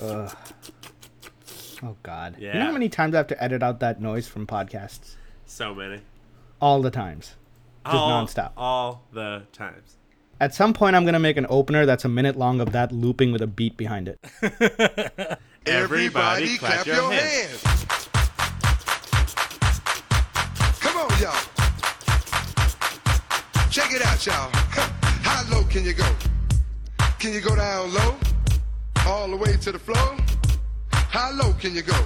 Ugh. Oh God! You know Yeah. how many times I have to edit out that noise from podcasts? So many. All the times. Just all, nonstop. All the times. At some point, I'm gonna make an opener that's a minute long of that looping with a beat behind it. Everybody clap your hands. Come on, y'all. Check it out, y'all. How low can you go? Can you go down low? All the way to the floor? How low can you go?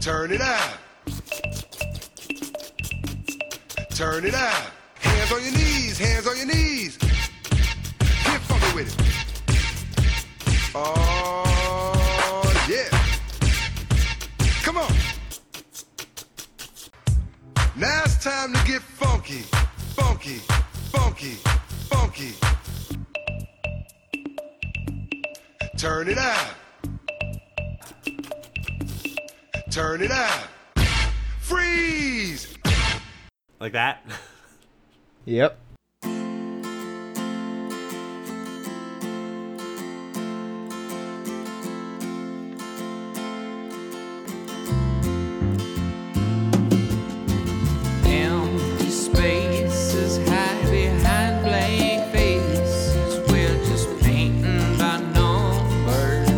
Turn it out. Turn it out. Hands on your knees, hands on your knees. Get funky with it. Oh, yeah. Come on. Now it's time to get funky, funky, funky, funky. Turn it out. Turn it out. Freeze! Like that. Yep. Empty spaces hide behind blank faces. We're just painting by numbers,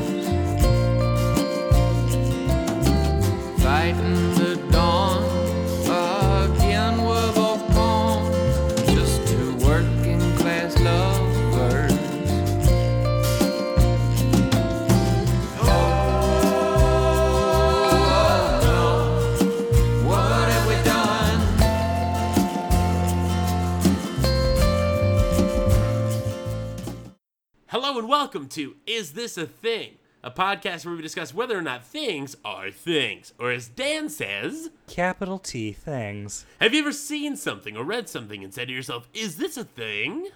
fighting the dawn. Again, we're both gone, just two working class lovers. Oh no, what have we done? Hello and welcome to Is This a Thing? A podcast where we discuss whether or not things are things. Or as Dan says, Capital T things. have you ever seen something or read something and said to yourself, Is this a thing?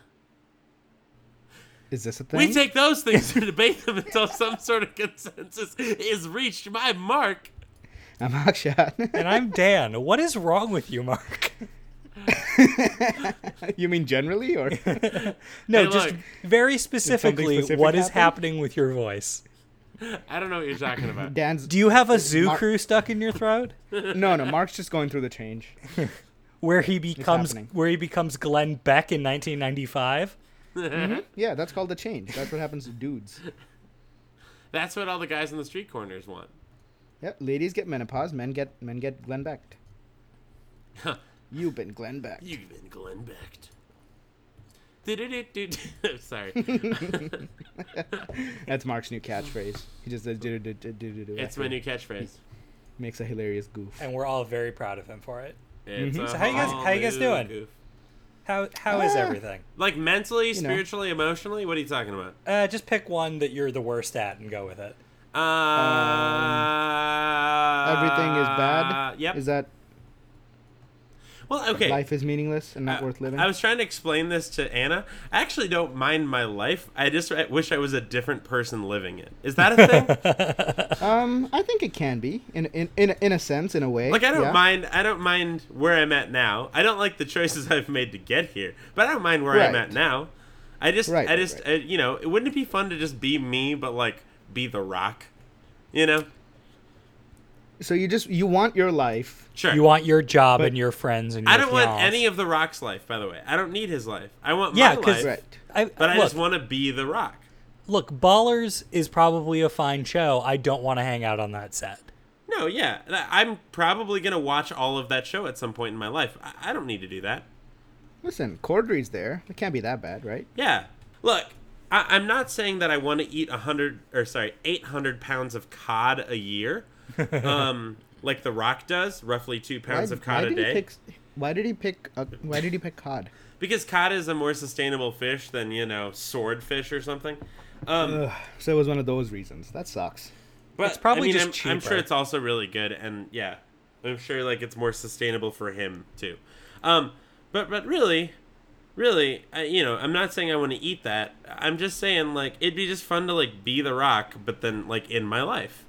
Is this a thing? We take those things and debate them until some sort of consensus is reached. My mark. I'm Akshat. And I'm Dan. What is wrong with you, Mark? you mean generally, or No, Hey, just look. very specifically, specific what is happen? happening with your voice? I don't know what you're talking about. Dan's? Do you have a zoo Mark- crew stuck in your throat? No, no. Mark's just going through the change. Where he becomes happening. where he becomes Glenn Beck in 1995? Yeah, that's called the change. That's what happens to dudes. That's what all the guys on the street corners want. Yep. Ladies get menopause. Men get men get Glenn Beck. You've been Glenn Beck. You've been Glenn Becked. Du-du-du-du-du. I'm Sorry. That's Mark's new catchphrase. He just does do do do do do do. It's my new catchphrase. makes a hilarious goof. And we're all very proud of him for it. It's a Mm-hmm. So how you guys- how you guys Hallelujah doing? goof. How how Ah. is everything? Like mentally, know. spiritually, emotionally? What are you talking about? Uh, just pick one that you're the worst at and go with it. Um, Uh, Everything is bad. Yep. Is that well, okay. life is meaningless and not worth living? Uh, I was trying to explain this to Anna. I actually don't mind my life. I just I wish I was a different person living it. Is that a thing? um, I think it can be in in in, in a sense, in a way. Like I don't yeah. mind I don't mind where I'm at now. I don't like the choices I've made to get here, but I don't mind where I'm Right. at now. I just Right, I right, just right. I, you know, it wouldn't it be fun to just be me but like be the rock? You know? So you just you want your life. Sure. You want your job But- and your friends and your I don't want fiance. any of the rock's life, by the way. I don't need his life. I want Yeah, my life. 'cause- Right. I, But I look, just want to be the rock. look, Ballers is probably a fine show. I don't want to hang out on that set. No, yeah. I- I'm probably going to watch all of that show at some point in my life. I, I don't need to do that. Listen, Cordry's there. It can't be that bad, right? Yeah. Look, I, I'm not saying that I want to eat a hundred or sorry, eight hundred pounds of cod a year, um, like The Rock does, roughly two pounds of cod a did day, he pick? Why did he pick? Uh, why did he pick cod? because cod is a more sustainable fish than you know swordfish or something. Um, So it was one of those reasons. That sucks. but It's probably I mean, just I'm, I'm sure cheaper. it's also really good, and yeah, I'm sure like it's more sustainable for him too. Um, but but really. Really, I, you know, I'm not saying I want to eat that. I'm just saying, like, it'd be just fun to like be the Rock, but then like in my life.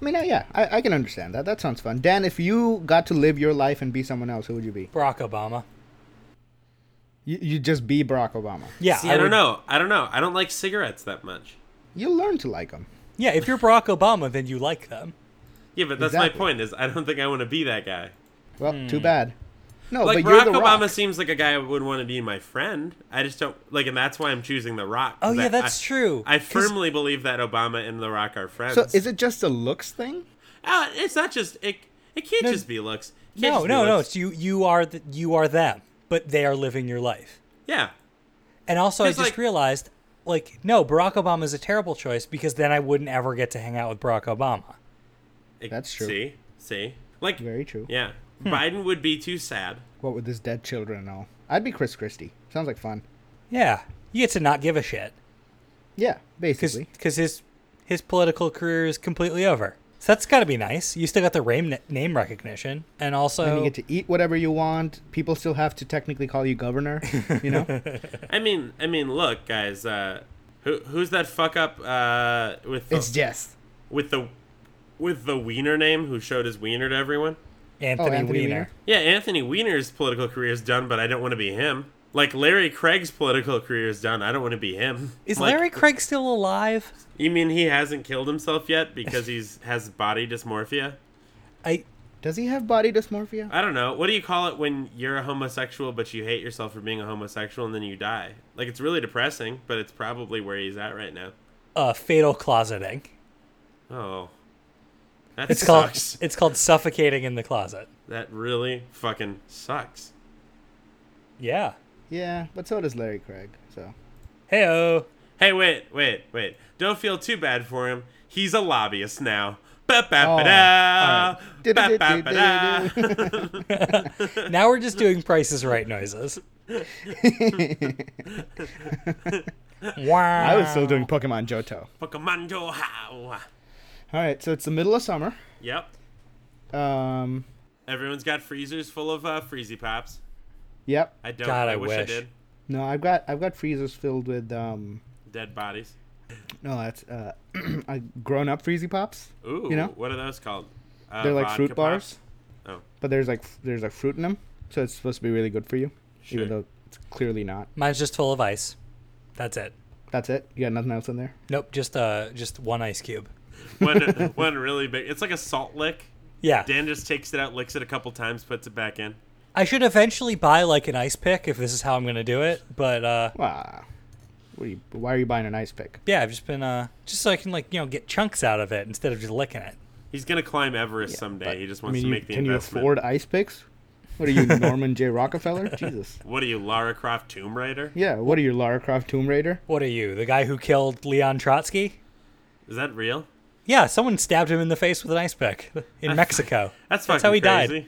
I mean, uh, yeah, I, I can understand that. That sounds fun. Dan, if you got to live your life and be someone else, who would you be? Barack Obama. You, you just be Barack Obama. Yeah, See, I, don't would- know. I don't know. I don't like cigarettes that much. You'll learn to like him. Yeah, if you're Barack Obama, then you like them. Yeah, but that's Exactly. my point. Is I don't think I want to be that guy. Oh, Well, too bad. No, Hmm. Like but you're Barack the Obama Rock. seems like a guy I would want to be my friend. I just don't like, and that's why I'm choosing The Rock. Oh, 'cause yeah, I- that's I- true. I 'Cause- firmly believe that Obama and The Rock are friends. So is it just a looks thing? Uh, it's not just it. It can't No, just be looks. It can't No, just be no, no. looks. It's you. You are the, you are them, but they are living your life. yeah, And also, I 'Cause, just like- realized, like, no, Barack Obama is a terrible choice because then I wouldn't ever get to hang out with Barack Obama. It- That's true. See, see, like Very true. yeah. Hmm. Biden would be too sad. What with his dead children and all? I'd be Chris Christie. Sounds like fun. Yeah, you get to not give a shit Yeah, because basically. his his political career is completely over. So that's got to be nice. You still got the name name recognition, and also And you get to eat whatever you want. People still have to technically call you governor. You know, I mean, I mean, look, guys. Uh, who who's that fuck up uh, with the, it's just with the with the Wiener name who showed his wiener to everyone? Anthony, oh, Anthony Weiner. Weiner? Yeah, Anthony Wiener's political career is done, but I don't want to be him. Like Larry Craig's political career is done. I don't want to be him. Is Like, Larry Craig still alive? You mean he hasn't killed himself yet because he's has body dysmorphia? I Does he have body dysmorphia? I don't know. What do you call it when you're a homosexual but you hate yourself for being a homosexual and then you die? Like it's really depressing, but it's probably where he's at right now. uh, fatal closeting. Oh. That It's called sucks. it's called suffocating in the closet. That really fucking sucks. Yeah. Yeah, but so does Larry Craig. So Heyo. Hey, wait, wait, wait. Don't feel too bad for him. He's a lobbyist now. Ba ba Oh, ba da. Oh, all right. Ba ba ba da. Now we're just doing prices right noises. wow. I was still doing Pokemon Johto. Pokemon Go how. All right, so it's the middle of summer. Yep. Um, Everyone's got freezers full of uh, Freezy Pops. yep. I don't. God, I, I wish, I wish. did. No, I've got I've got freezers filled with um. Dead bodies. No, that's uh, uh, grown up freezy pops. Ooh, You know? what are those called? Uh, They're like vodka Oh. fruit bars, pops? but there's like f- there's like fruit in them, so it's supposed to be really good for you, Sure. even though it's clearly not. Mine's just full of ice. That's it. That's it. You got nothing else in there. Nope, just uh just one ice cube. Oh, one, one really big. It's like a salt lick. Yeah. Dan just takes it out, licks it a couple times, puts it back in. I should eventually buy like an ice pick if this is how I'm going to do it, but uh Wow. What are you, why are you buying an ice pick? yeah, I've just been uh just so I can like, you know, get chunks out of it instead of just licking it. He's gonna climb Everest someday. but- he just I wants mean, to you- make the can investment. you afford ice picks? What are you, Norman J. Rockefeller? Jesus. What are you, Lara Croft Tomb Raider? Yeah. What are you, Lara Croft Tomb Raider? What are you? The guy who killed Leon Trotsky? Is that real? Yeah, someone stabbed him in the face with an ice pick in Mexico. That's fucking That's how he died. crazy.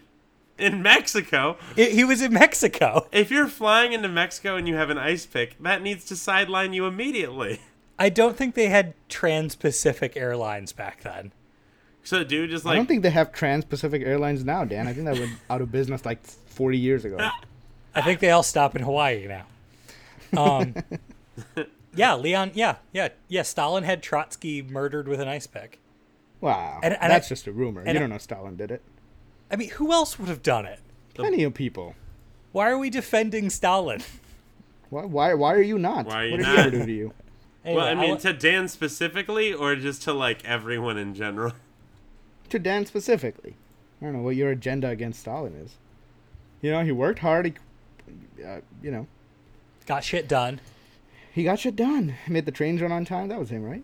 In Mexico, It, he was in Mexico. if you're flying into Mexico and you have an ice pick, that needs to sideline you immediately. I don't think they had Trans-Pacific Airlines back then. So, dude, just I don't like think they have Trans-Pacific Airlines now, Dan. I think that went out of business like 40 years ago. I think they all stop in Hawaii now. Um, yeah, Leon. Yeah, yeah, yeah. Stalin had Trotsky murdered with an ice pick. Wow. And- and That's I- just a rumor. and You I- don't know Stalin did it. I mean, who else would have done it? Plenty of people. Why are we defending Stalin? Why? Why? Why are you not? Why are you what did not? he ever do to you? Anyway, Well, I I'll- mean, to Dan specifically, or just to like everyone in general. To Dan specifically. I don't know what your agenda against Stalin is. You know, he worked hard. He, uh, you know, got shit done. he got shit done. Made the trains run on time. That was him, right?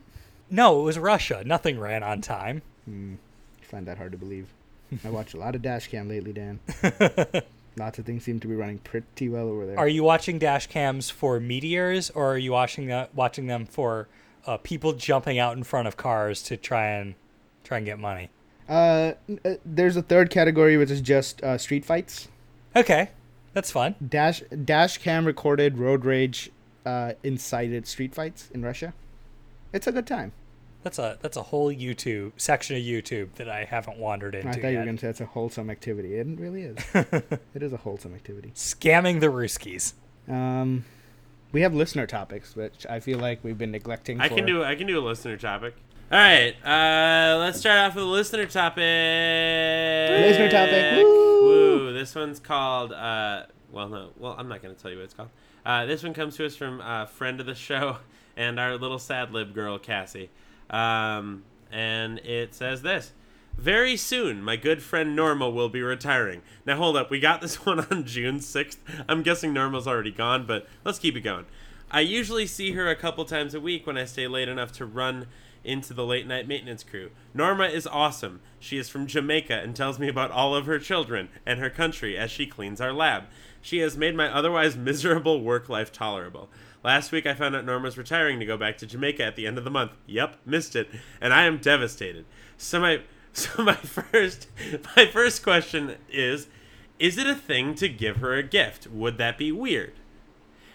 No, it was Russia. Nothing ran on time. I find that hard to believe. I watch a lot of dash cam lately, Dan. Lots of things seem to be running pretty well over there. Are you watching dash cams for meteors, or are you watching the, watching them for uh, people jumping out in front of cars to try and try and get money? uh, n- uh, there's a third category which is just uh, street fights. Okay, that's fun. Dash dash cam recorded road rage uh, incited street fights in Russia. It's a good time. That's a that's a whole YouTube section of YouTube that I haven't wandered into I thought yet. you were going to say it's a wholesome activity. It really is. it is a wholesome activity. Scamming the Ruskies. Um, we have listener topics, which I feel like we've been neglecting. I for, can do. I can do a listener topic. All right, uh, let's start off with a listener topic. Listener topic, woo! Woo! This one's called uh, well, no, well, I'm not going to tell you what it's called. Uh, this one comes to us from a friend of the show and our little sad lib girl, Cassie. Um, and it says this Very soon, my good friend Norma will be retiring. Now, hold up. We got this one on June 6th. I'm guessing Norma's already gone, but let's keep it going. I usually see her a couple times a week when I stay late enough to run into the late night maintenance crew. Norma is awesome. She is from Jamaica and tells me about all of her children and her country as she cleans our lab. She has made my otherwise miserable work life tolerable. Last week I found out Norma's retiring to go back to Jamaica at the end of the month. Yep, missed it, and I am devastated. So my so my first my first question is is it a thing to give her a gift? Would that be weird?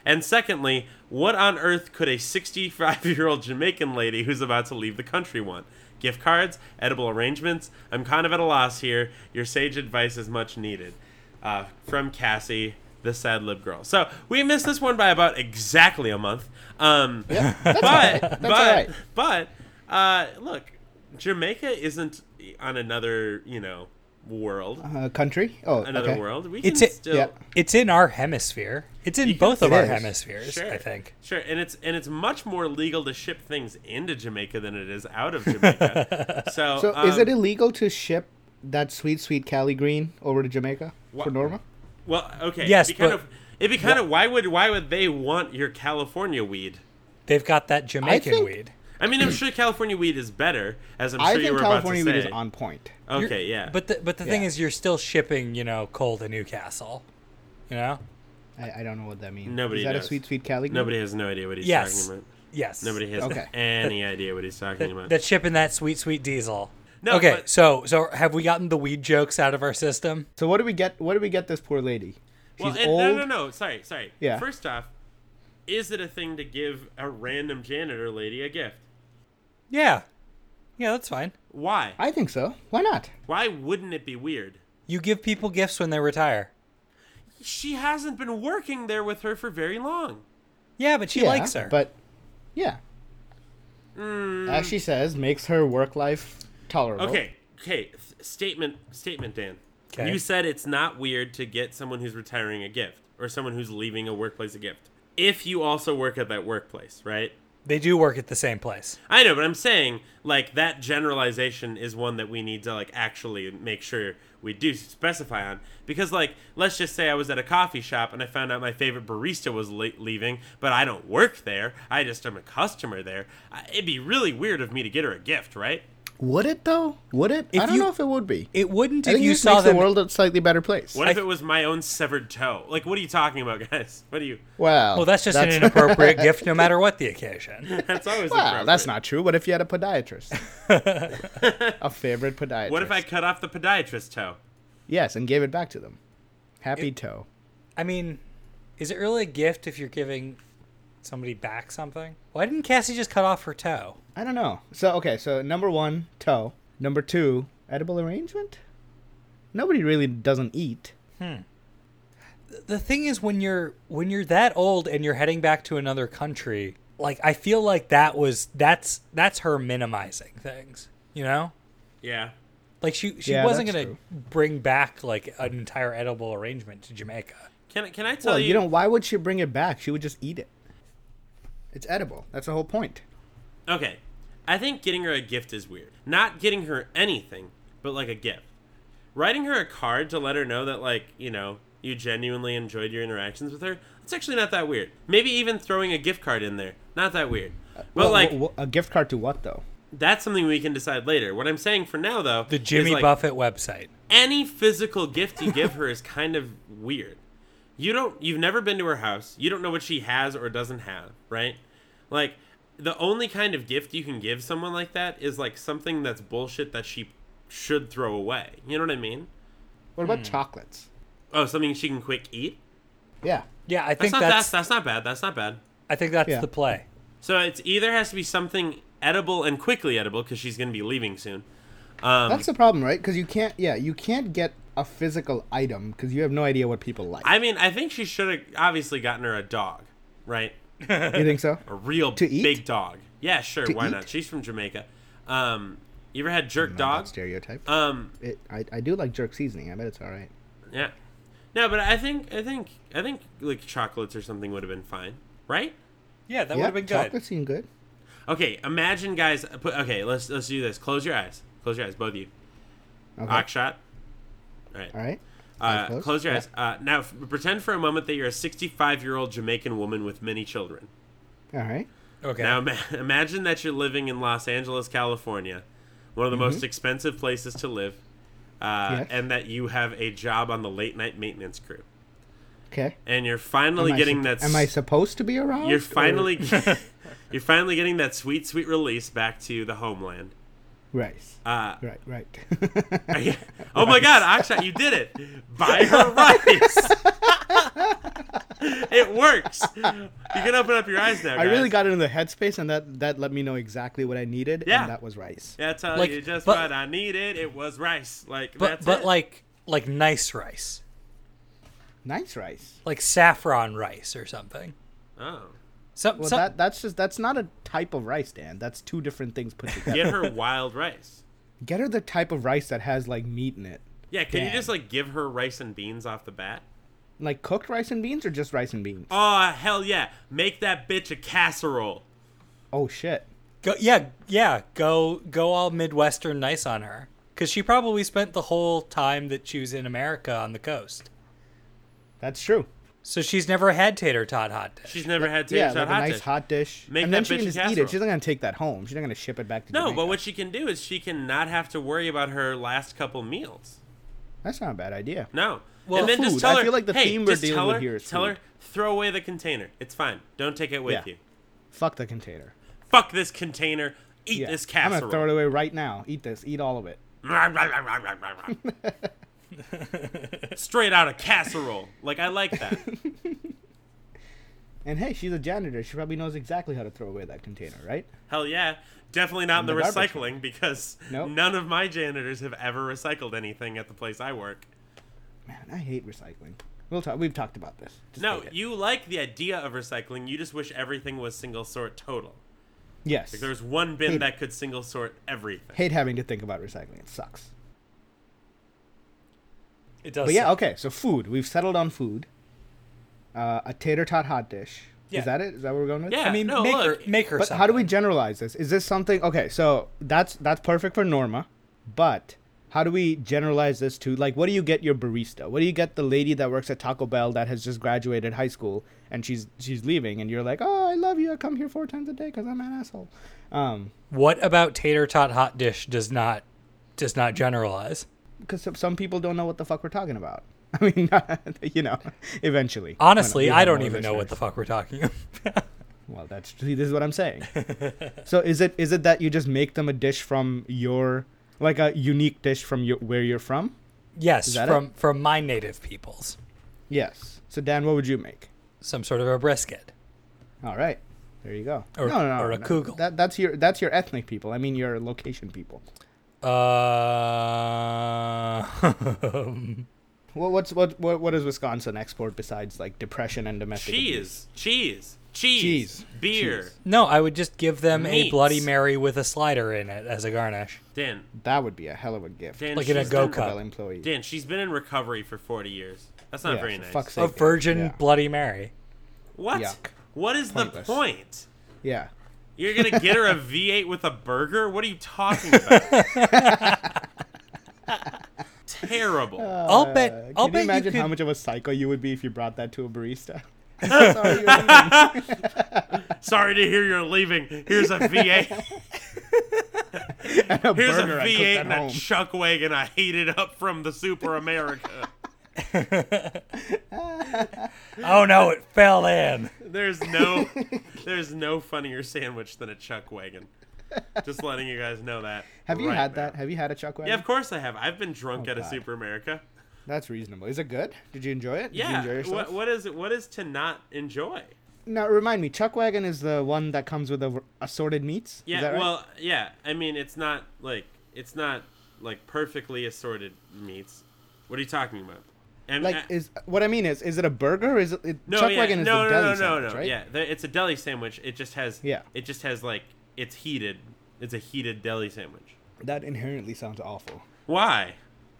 And secondly, what on earth could a 65 year old Jamaican lady who's about to leave the country want? Gift cards? Edible arrangements? I'm kind of at a loss here. Your sage advice is much needed. Uh, from Cassie, the sad lib girl. So we missed this one by about exactly a month. Um, That's but all right. That's but all right. but uh, look, Jamaica isn't on another you know world, Uh, country? Oh, another okay. world. We can It's a- still yeah. It's in our hemisphere. It's in both of It our is. hemispheres, sure, I think. sure, and it's and it's much more legal to ship things into Jamaica than it is out of Jamaica. so So is um, it illegal to ship that sweet, sweet Cali Green over to Jamaica for Wha- Norma? well okay? Yes, it'd be kind but- of it'd be kind of why would why would they want your California weed? They've got that Jamaican think- weed. I mean, I'm sure California weed is better, as I'm sure I you think were California about weed to is say. on point. You're- okay, yeah, But the but the thing Yeah. is, you're still shipping, you know, coal to Newcastle. You know. I, I don't know what that means. Nobody is that does. a sweet, sweet Cali Green? nobody has no idea what he's Yes. talking about. Yes. Nobody has Okay. any idea what he's talking about. That's shipping that sweet sweet diesel. No, okay, but- so so have we gotten the weed jokes out of our system? So what do we get? What do we get this poor lady? She's well, and, old. no, no, no. Sorry, sorry. Yeah. First off, is it a thing to give a random janitor lady a gift? Yeah. Yeah, that's fine. Why? I think so. Why not? Why wouldn't it be weird? You give people gifts when they retire. She hasn't been working there with her for very long. Yeah, but she yeah, likes her. But yeah, as she says, makes her work life tolerable. Okay. Okay. th- Statement. Statement. Dan. 'Kay. You said it's not weird to get someone who's retiring a gift or someone who's leaving a workplace a gift if you also work at that workplace, right? they do work at the same place. I know, but I'm saying like that generalization is one that we need to like actually make sure we do specify on because like let's just say I was at a coffee shop and I found out my favorite barista was late leaving, but I don't work there. I just am a customer there. I, it'd be really weird of me to get her a gift, right? Would it though? Would it? If I don't you- know if it would be. It wouldn't I if think you this saw makes them. the world a slightly better place. What if it was my own severed toe? Like, what are you talking about, guys? What are you? Well, well, that's just an inappropriate gift, no matter what the occasion. That's always Well, that's inappropriate. not true. What if you had a podiatrist? a favorite podiatrist. What if I cut off the podiatrist toe? Yes, and gave it back to them. Happy toe. I mean, is it really a gift if you're giving somebody back something? Why didn't Cassie just cut off her toe? I don't know. So okay, so number one, toe. Number two, edible arrangement. Nobody really doesn't eat. the thing is when you're when you're that old and you're heading back to another country like i feel like that was that's that's her minimizing things you know Yeah. like she she Yeah, wasn't that's gonna true. bring back like an entire edible arrangement to jamaica Can I- can I tell Well, you? you know, why would she bring it back? She would just eat it. It's edible. That's the whole point. Okay. I think getting her a gift is weird. Not getting her anything, but like a gift. Writing her a card to let her know that, like, you know, you genuinely enjoyed your interactions with her, it's actually not that weird. Maybe even throwing a gift card in there, not that weird. But, Well, like, wh- wh- a gift card to what though? that's something we can decide later. What I'm saying for now, though, the jimmy is, like, buffett website any physical gift you give her is kind of weird. You don't you've never been to her house. You don't know what she has or doesn't have, right? Like the only kind of gift you can give someone like that is like something that's bullshit that she should throw away. You know what I mean? What Hmm. about chocolates? Oh, something she can quick eat? Yeah. yeah i That's think not that's, that's, that's not bad. That's not bad. i think that's Yeah. the play So it's either has to be something edible and quickly edible cuz she's going to be leaving soon. Um That's the problem, right? Because you can't. Yeah, you can't get a physical item because you have no idea what people like. I mean, I think she should have obviously gotten her a dog, right? you think so? a real To eat? big dog. Yeah, sure. To why eat? not? She's from Jamaica. Um, you ever had jerk Not that dog? stereotype. Um, It, I, I do like jerk seasoning. I bet it's all right. yeah. No, but I think I think I think like chocolates or something would have been fine, right? Yeah, that would yeah, have been good. chocolate seemed good. Okay, imagine guys. Put, okay, let's let's do this. Close your eyes. Close your eyes, both of you. Okay. Ockshot. All right. All right. Uh, Uh-huh. closed? Close your Yeah. eyes. Uh, now f- pretend for a moment that you're a 65 year old Jamaican woman with many children. All right. Okay. Now ima- imagine that you're living in Los Angeles, California, one of the most expensive places to live, uh, Mm-hmm. Yes. and that you have a job on the late night maintenance crew. Okay. And you're finally Am I getting sup- that. Am I supposed to be around? You're or- finally, you're finally getting that sweet, sweet release back to the homeland. right. Uh, right. Right. oh my God, Akshat, you did it! Buy her rice. it works. You can open up your eyes now. I really guys. got into the headspace, and that that let me know exactly what I needed. Yeah. And that was rice. That's how Like, you just but- what I needed. It was rice. Like, but that's but it. like like nice rice, Nice rice. like saffron rice or something. oh, Some, Well, some- that that's just that's not a type of rice, Dan. That's two different things put together. get her wild rice. Get her the type of rice that has like meat in it, Yeah, can you Damn. just like give her rice and beans off the bat? like cooked rice and beans, or just rice and beans. Oh hell yeah! Make that bitch a casserole. Oh shit. go, yeah yeah go go all midwestern nice on her because she probably spent the whole time that she was in America on the coast, That's true. so she's never had tater tot hot dish. She's never had tater yeah, tot like a hot nice dish. hot dish. Make and then that she bitch can a just eat casserole. it. She's not gonna take that home. She's not gonna ship it back to No, but Jamaica. what she can do is she can not have to worry about her last couple meals. That's not a bad idea. No. Well, and then just food. tell I her, feel like the hey, theme we're just dealing tell with her, here is tell her, food. throw away the container. It's fine. Don't take it with Yeah. you. Fuck the container. Fuck this container. Eat Yeah. this I'm casserole. gonna throw it away right now. Eat this. Eat all of it. Straight out of casserole. Like I like that. And hey, she's a janitor. She probably knows exactly how to throw away that container, right? Hell yeah. Definitely not in the, the garbage recycling because Nope. none of my janitors have ever recycled anything at the place I work. Man, I hate recycling. We'll talk. We've talked about this. Just No, hate it. you like the idea of recycling. You just wish everything was single sort total. yes. Like there's one bin Hate it. that could single sort everything. hate having to think about recycling. It sucks. It does. But yeah, suck. okay. So food. We've settled on food. Uh, a tater tot hot dish. Yeah. Is that it? Is that what we're going with? Yeah. I mean, no, make look. her make her. But something. how do we generalize this? Is this something? Okay, so that's that's perfect for Norma, but how do we generalize this to like what do you get your barista? What do you get the lady that works at Taco Bell that has just graduated high school and she's she's leaving and you're like, oh, I love you. I come here four times a day because I'm an asshole. Um, What about tater tot hot dish does not does not generalize? because some, some people don't know what the fuck we're talking about. I mean, you know, eventually. when Honestly, we I have don't more even know listeners. what the fuck we're talking about. Well, that's see, this is what I'm saying. so is it is it that you just make them a dish from your like a unique dish from your, where you're from? yes, that from from my native peoples, Yes. So Dan, what would you make? some sort of a brisket. All right, there you go. Or- no, no, no, or a no. kugel. That, that's your that's your ethnic people. I mean your location people. Uh, What what's what what, what does Wisconsin export besides like depression and domestic? abuse? Cheese, cheese, cheese, Cheese, beer. cheese. no, I would just give them a Meats. Bloody Mary with a slider in it as a garnish. Dan, That would be a hell of a gift. Dan, Like in a she's go been- Taco Bell cup. employee. Dan, she's been in recovery for 40 years. That's not Yeah, very for nice. fuck's A sake. virgin Yeah. Bloody Mary. What? Yuck. What is Pointless. the point? Yeah. You're gonna get her a V8 with a burger? What are you talking about? Terrible. Oh. I'll bet. Uh, Can I'll you bet imagine could, how much of a psycho you would be if you brought that to a barista? Sorry, you're leaving. Sorry to hear you're leaving. Here's a V8. a Here's burger a I cooked V8 at and a home. chuck wagon I heated up from the Super America. Oh no, it fell in. There's no, there's no funnier sandwich than a chuck wagon. Just letting you guys know that. Have you right had now. that? Have you had a chuck wagon? Yeah, of course I have. I've been drunk at a God. Super America. That's reasonable. Is it good? Did you enjoy it? Did you Yeah. enjoy yourself? what, what is what is to not enjoy? Now remind me, chuck wagon is the one that comes with the v- assorted meats. Yeah. is that right? Well, yeah. I mean, it's not like it's not like perfectly assorted meats. What are you talking about? And like uh, is what I mean is, is it a burger? Is it, it chuck yeah. wagon is no, the no, deli no, no, sandwich, no. right? Yeah, the, it's a deli sandwich. It just has. Yeah. It just has like it's heated. It's a heated deli sandwich. That inherently sounds awful. Why?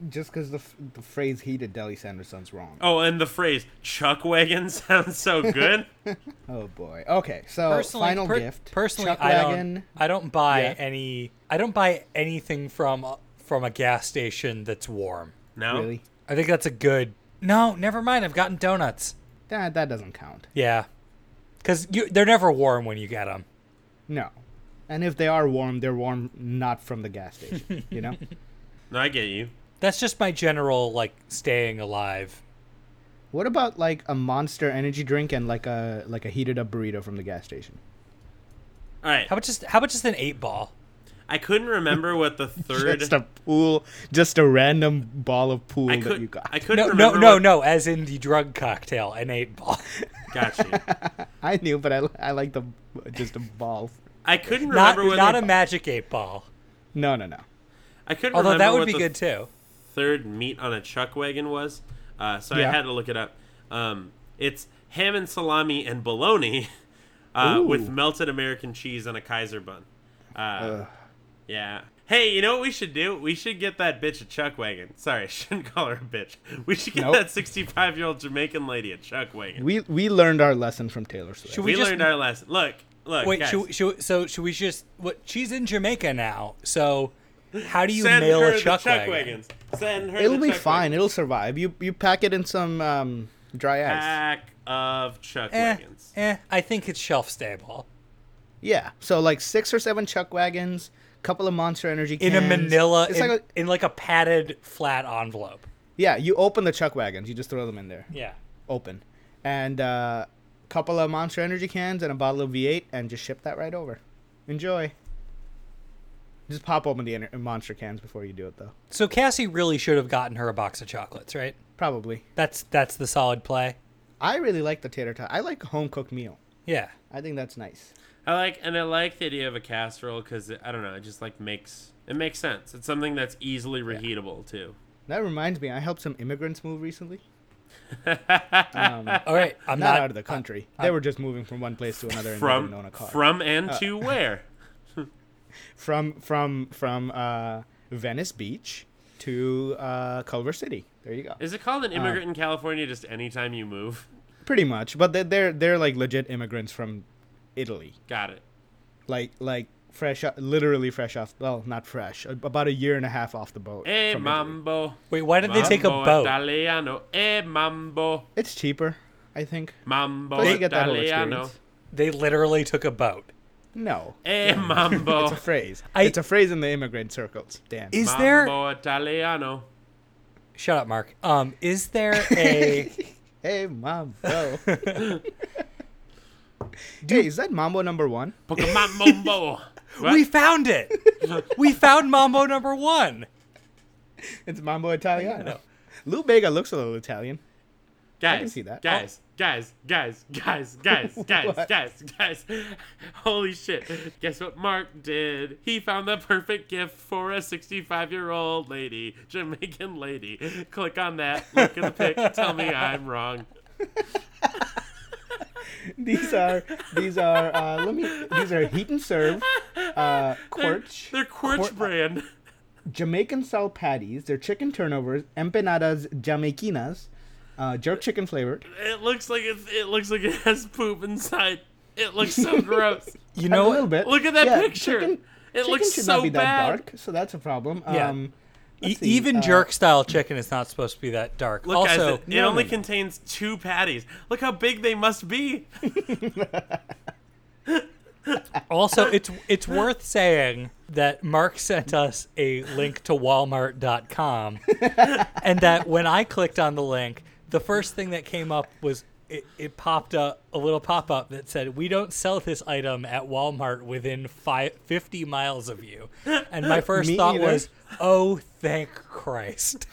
just because the, f- the phrase "heated deli sandwich" sounds wrong. Oh, Oh, and the phrase "chuck wagon" sounds so good. Oh, boy. Okay, so personally, Oh, final per- gift. Personally, Chuck I don't. wagon. I don't buy Yeah. any. I don't buy anything from uh, from a gas station that's warm. no, Really? I think that's a good. No, never mind. I've gotten donuts. That that doesn't count. Yeah, because you they're never warm when you get them. No. And if they are warm, they're warm not from the gas station. You know. no, I get you. That's just my general like staying alive. What about like a monster energy drink and like a like a heated up burrito from the gas station? All right, How about just how about just an eight ball? I couldn't remember what the third. Just a pool, just a random ball of pool I that you could. got. I couldn't No, no, remember. no, what- no. As in the drug cocktail, an eight ball. Got you. I knew, but I, I like the just a ball. I couldn't not remember. what not the, a magic eight ball. No, no, no. I couldn't Although remember that would what be the good too. third meat on a chuck wagon was, uh, so Yeah. I had to look it up. Um, it's ham and salami and bologna uh, Ooh. with melted American cheese on a Kaiser bun. Uh, Yeah. Hey, you know what we should do? We should get that bitch a chuck wagon. Sorry, I shouldn't call her a bitch. We should get Nope. that 65 year old Jamaican lady a chuck wagon. We we learned our lesson from Taylor Swift. Should We, just- learned our lesson. Look, look. Wait, guys, should, we- should, we- so should we just? What? She's in Jamaica now. So how do you send mail her a the chuck, wagon? wagons. Send her It'll the be chuck fine. wagon. It'll survive. You you pack it in some um, dry ice. Ah. Pack of chuck Eh, wagons. eh, I think it's shelf stable yeah. So like six or seven chuck wagons, couple of Monster Energy in cans. a Manila It's in, like a, in like a padded flat envelope. yeah. You open the chuck wagons. You just throw them in there. Yeah. Open, and uh, couple of Monster Energy cans and a bottle of V8, and just ship that right over. Enjoy. Just pop open the ener- monster cans before you do it, though. So Cassie really should have gotten her a box of chocolates, right? Probably. That's that's the solid play. I really like the tater tot. I like a home cooked meal. Yeah. I think that's nice. I like and I like the idea of a casserole because I don't know. It just like makes it makes sense. It's something that's easily reheatable too. That reminds me, I helped some immigrants move recently. All right. I'm not, not, out of the country. they were just moving from one place to another and didn't own From a car. Uh, from and to where? from from from uh, Venice Beach to uh, Culver City. There you go. Is it Uh, called an immigrant in California just anytime you move? Pretty much, but they're, they're they're like legit immigrants from Italy. Got it. Like like fresh, o- literally fresh off. Well, not fresh. a- About a year and a half off the boat. Eh. Hey from Italy. Eh, mambo. Wait, why did they take a Mambo boat? Italiano. Hey mambo. It's cheaper, I think. Mambo Plus you get that whole Italiano. experience. They literally took a boat. No, Hey Eh, mambo. it's a phrase. I- it's a phrase in the immigrant circles. Damn. Is there? Mambo Italiano. Shut up, Mark. Um, is there a? Hey, Mambo. hey, is that Mambo number one? Pokemon mambo. What? we found it. we found Mambo number one. It's Mambo Italiano. Lou Bega looks a little Italian. Guys, see that. Oh. Guys, guys, guys, guys, guys, guys, What? guys, guys. Holy shit. Guess what Mark did? He found the perfect gift for a 65 year old lady, Jamaican lady. Click on that, look at the pic, tell me I'm wrong. These are these are uh, let me these are heat and serve, uh, quirch, They're Quirch brand. Jamaican style patties. They're chicken turnovers, empanadas jamaicanas, uh, jerk chicken flavored. It looks like it's, it looks like it has poop inside. It looks so gross. You a know, little bit. Look at that Yeah, picture. Chicken, it chicken looks should so not be bad. that dark, so that's a problem. Yeah. Um, E- see, even uh, jerk style chicken is not supposed to be that dark. Look, guys, also, it, it only contains two patties. Look how big they must be. also, it's it's worth saying that Mark sent us a link to Walmart.com, and that when I clicked on the link, the first thing that came up was it, it popped up a little pop up that said, "We don't sell this item at Walmart within fi 50 miles of you," and my first Me thought either. was, "Oh, thank Christ."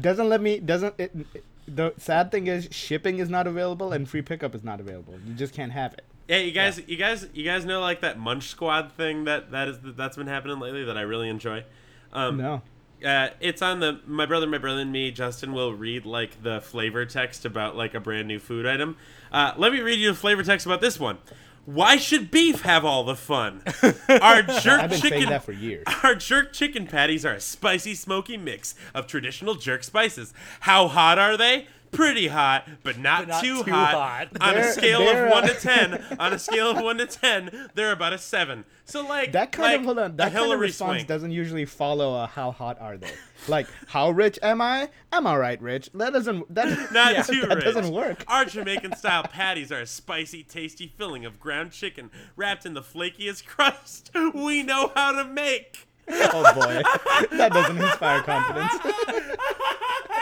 doesn't let me doesn't it, it- the sad thing is shipping is not available and free pickup is not available you just can't have it Yeah, you guys, you guys, you guys know like that Munch Squad thing that that is that's been happening lately that I really enjoy. Um, no uh, it's on the my brother, my brother and me. Justin will read like the flavor text about like a brand new food item. Uh, let me read you the flavor text about this one. Why should beef have all the fun? Our jerk I've been chicken saying that for years. Our jerk chicken patties are a spicy, smoky mix of traditional jerk spices. How hot are they? Pretty hot, but not, But not too, too hot. hot. On a They're- scale they're, of uh, one to ten, on a scale of one to ten, they're about a seven. So like That kind like of hold on. a That kind Hillary of response Swank. doesn't usually follow a how hot are they? Like how rich am I? Am I right, rich? That doesn't. That not yeah, too That rich. doesn't work. Our Jamaican style patties are a spicy, tasty filling of ground chicken wrapped in the flakiest crust we know how to make. Oh boy, that doesn't inspire confidence.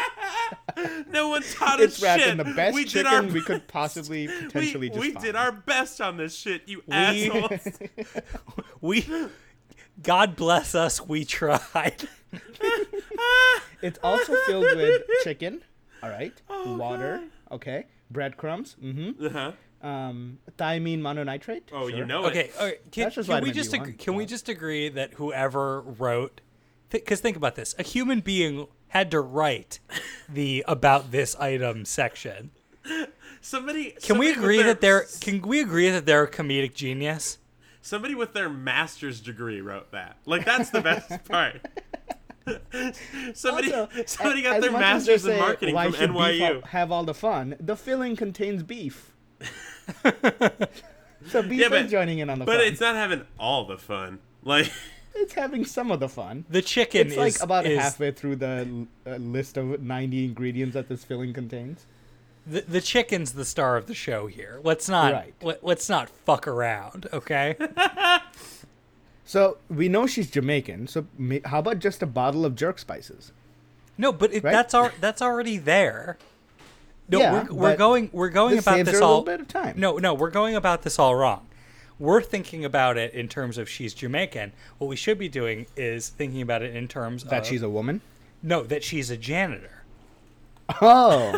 No one taught us It's wrapped shit. in the best we did chicken our we could possibly potentially we, just we find. did our best on this shit, you assholes. We, God bless us, we tried. It's also filled with chicken. All right, Oh, water. Okay, breadcrumbs. Mm-hmm. Uh-huh. Um, thiamine mononitrate. Oh, you sure. know Okay, it. all right. Can, That's just can we vitamin just B1, agree, can we yeah. just agree that whoever wrote, because think about this, a human being had to write the about this item section. Somebody. Can we somebody with agree that their- they're? Can we agree that they're a comedic genius? somebody with their master's degree wrote that? Like that's the best part. somebody, Also, somebody a- got as their much as master's they in say, marketing Why from should beef NYU. ha- have all the fun. The filling contains beef. so beef Yeah, but- is joining in on the but fun. it's not having all the fun. Like It's having some of the fun. The chicken It's is like about is- halfway through the uh, list of 90 ingredients that this filling contains. The, the chicken's the star of the show here. Let's not Right. let, us not fuck around, okay? So we know she's Jamaican. So ma- how about just a bottle of jerk spices? No, but it, Right? that's our that's already there. No, Yeah, we're, we're but going we're going this about saves this her a all little bit of time. No, no, we're going about this all wrong. We're thinking about it in terms of she's Jamaican. What we should be doing is thinking about it in terms That of she's a woman. no that she's a janitor. Oh,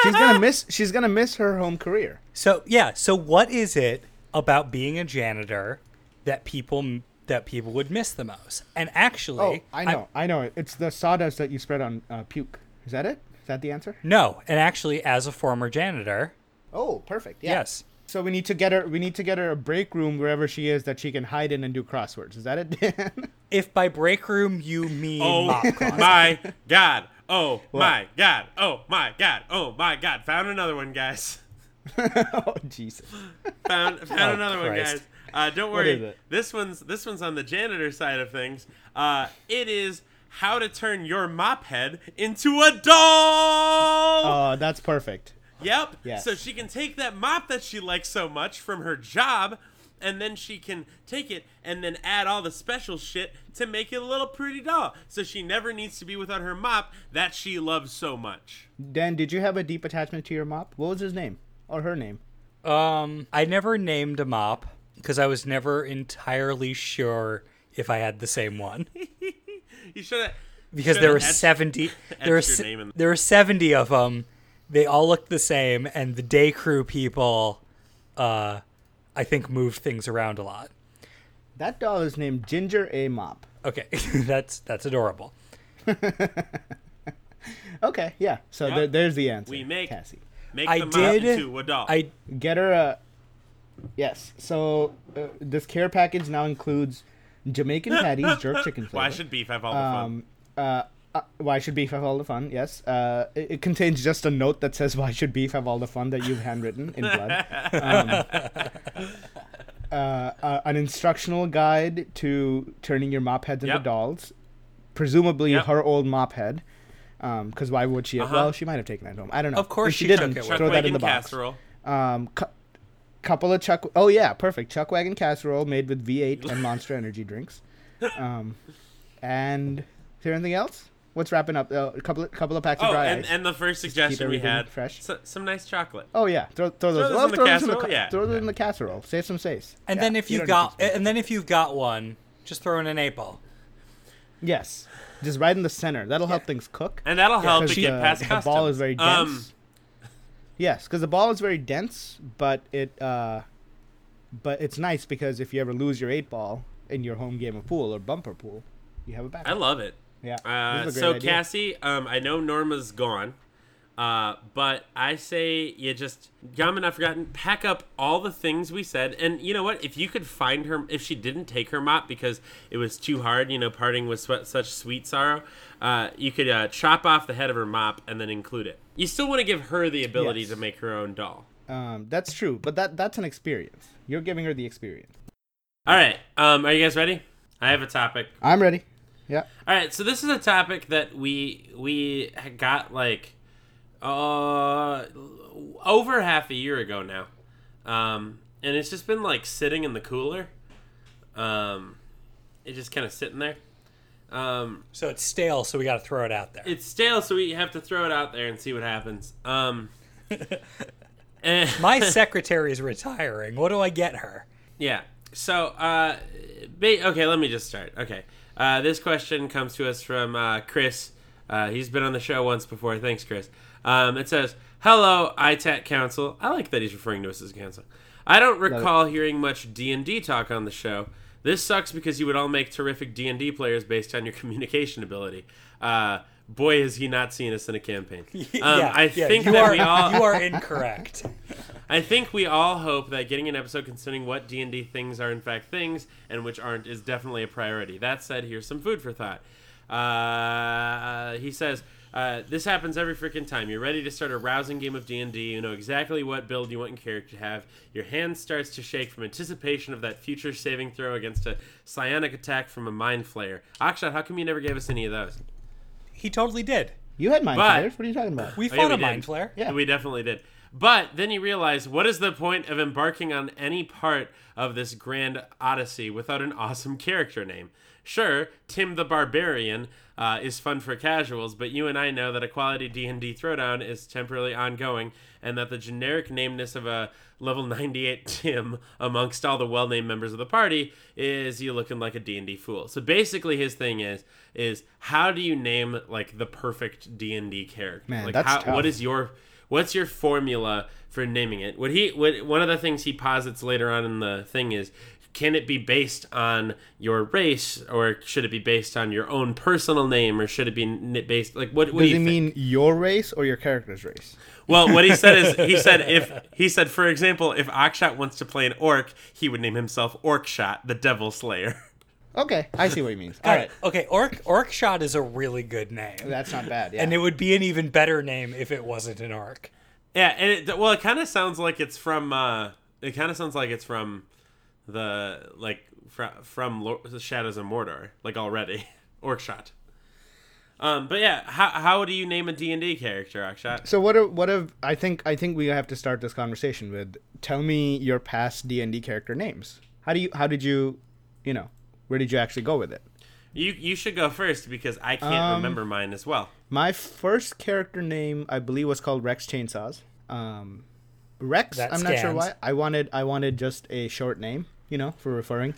she's gonna miss. She's gonna miss her home career. So yeah, so what is it about being a janitor that people that people would miss the most? And actually, Oh, I I'm- know. I know it. It's the sawdust that you spread on uh, puke. Is that it? Is that the answer? No, and actually, as a former janitor, Oh, perfect. Yeah. yes. So we need to get her. We need to get her a break room wherever she is that she can hide in and do crosswords. Is that it, Dan? If by break room you mean Oh mop closet. my god. Oh my god. Oh my god. Oh my god. Found another one, guys. oh Jesus. Found found another one, Oh, Christ. guys. Uh, don't is worry. it? This one's this one's on the janitor side of things. Uh, it is how to turn your mop head into a doll. Oh, that's perfect. yep. yes. So she can take that mop that she likes so much from her job, and then she can take it and then add all the special shit to make it a little pretty doll. So she never needs to be without her mop that she loves so much. Dan, did you have a deep attachment to your mop? What was his name or her name? Um, I never named a mop because I was never entirely sure if I had the same one You should have. because there were seventy. There etched were your se- name in- there were seventy of them. They all looked the same, and the day crew people, uh, I think moved things around a lot. That doll is named Ginger A Mop. Okay, that's that's adorable. Okay, yeah. So there- there's the answer. We make- Cassie. Make I the mop did. into a doll. I Get her a. Yes. So uh, this care package now includes Jamaican patties, jerk chicken flavor. Why should beef have all the Um, uh, uh, why should beef have all the fun? Yes. Uh, it, it contains just a note that says why should beef have all the fun that you've handwritten in blood. Um, uh, uh, an instructional guide to turning your mop heads into Yep. dolls, presumably Yep. her old mop head. Because why would she? Well, she might have taken it home. I don't know. Uh-huh. Of course If she, she took didn't. it with fun? her. throw that in the box. casserole. Um, cu- couple of chuck. Oh yeah, perfect. Chuck wagon casserole made with V8 and Monster Energy drinks. Um, and is there anything else? What's wrapping up? Uh, a couple of, couple of packs of Oh, dry and, ice. and the first suggestion we everything had fresh. so- some nice chocolate. oh yeah, throw, throw those. those well, in the throw those in the casserole, ca- yeah. Throw those in the casserole. Save some space. and Yeah, then if you don't need to got explain. and then if you've got one, just throw in an eight ball. yes, just right in the center. That'll help things cook. And that'll help it Because get the, past the customs. ball is very dense. Um, Yes, because the ball is very dense, but it, uh, but it's nice because if you ever lose your eight ball in your home game of pool or bumper pool, you have a backup. I love it. Yeah, this Uh, is a great so idea. Cassie, um, I know Norma's gone. Uh, but I say you just, Yaman, I've forgotten, pack up all the things we said. And you know what? If you could find her, if she didn't take her mop because it was too hard, you know, parting with swe- such sweet sorrow, uh, you could uh, chop off the head of her mop and then include it. You still want to give her the ability Yes. to make her own doll. Um, that's true, but that that's an experience. You're giving her the experience. All right. Um, are you guys ready? I have a topic. I'm ready. Yeah. All right, so this is a topic that we we had got like uh over half a year ago now, um, and it's just been like sitting in the cooler. Um, it's just kind of sitting there. Um, So it's stale, so we got to throw it out there. it's stale, so we have to throw it out there and see what happens. Um, and- My secretary's retiring. What do I get her? Yeah. So, uh, ba- okay, let me just start. Okay. Uh, this question comes to us from uh, Chris. Uh, he's been on the show once before. Thanks, Chris. Um, it says, "Hello, ITAT Council." I like that he's referring to us as council. I don't recall hearing much D and D talk on the show. This sucks because you would all make terrific D and D players based on your communication ability. Uh, boy, has he not seen us in a campaign. Um, I think you that are, we all you are incorrect. I think we all hope that getting an episode concerning what D and D things are in fact things and which aren't is definitely a priority. That said, here's some food for thought. Uh, he says uh, this happens every freaking time. You're ready to start a rousing game of D and D. You know exactly what build you want your character to have. Your hand starts to shake from anticipation of that future saving throw against a psionic attack from a mind flayer. Akshat, how come you never gave us any of those? He totally did. You had mind But- flayers. What are you talking about? We Oh, fought yeah, we a did. mind flare. Yeah. We definitely did. But then you realize what is the point of embarking on any part of this grand odyssey without an awesome character name? Sure, Tim the Barbarian uh, is fun for casuals, but you and I know that a quality D&D throwdown is temporarily ongoing, and that the generic nameness of a level 98 Tim amongst all the well-named members of the party is you looking like a D&D fool. So basically, his thing is is how do you name like the perfect D&D character? Man, like that's how, tough. what is your what's your formula for naming it? What he what one of the things he posits later on in the thing is can it be based on your race or should it be based on your own personal name or should it be n- based like what what Does do he you mean think? your race or your character's race? Well, what he said is he said if he said for example if Akshat wants to play an orc, he would name himself Orkshot, the Devil Slayer. Okay, I see what he means. Got All it. right, Okay, Orc Orc Shot is a really good name. that's not bad. Yeah. and it would be an even better name if it wasn't an orc. Yeah, and it well, it kind of sounds like it's from. uh It kind of sounds like it's from the like fr- from Lo- the Shadows of Mordor, like already Orkshot. Um, but yeah, how how do you name a D and D character, Orkshot? so what? Are, what have I think? I think we have to start this conversation with. Tell me your past D and D character names. How do you? How did you? You know, where did you actually go with it? You you should go first because I can't remember mine as well. My first character name, I believe, was called Rex Chainsaws. Um, Rex. That I'm not sure scans. why. I wanted. I wanted just a short name, you know, for referring,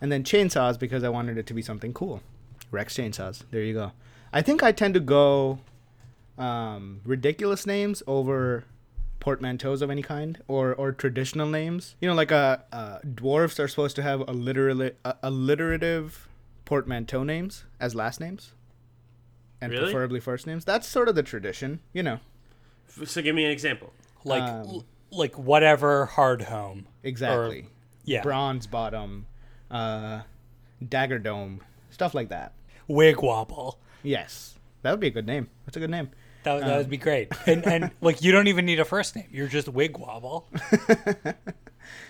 and then Chainsaws because I wanted it to be something cool. Rex Chainsaws. There you go. I think I tend to go um, ridiculous names over portmanteaus of any kind or or traditional names. You know, like uh, uh, dwarfs are supposed to have alliterative, uh, alliterative portmanteau names as last names and Really? preferably first names. That's sort of the tradition, you know. F- So give me an example. Like Um, l- like whatever hard home. Exactly. Yeah. Bronze bottom, uh, dagger dome, stuff like that. Wig wobble. Yes, that would be a good name. That's a good name. That, would- that would be great. And and like you don't even need a first name. You're just wig wobble.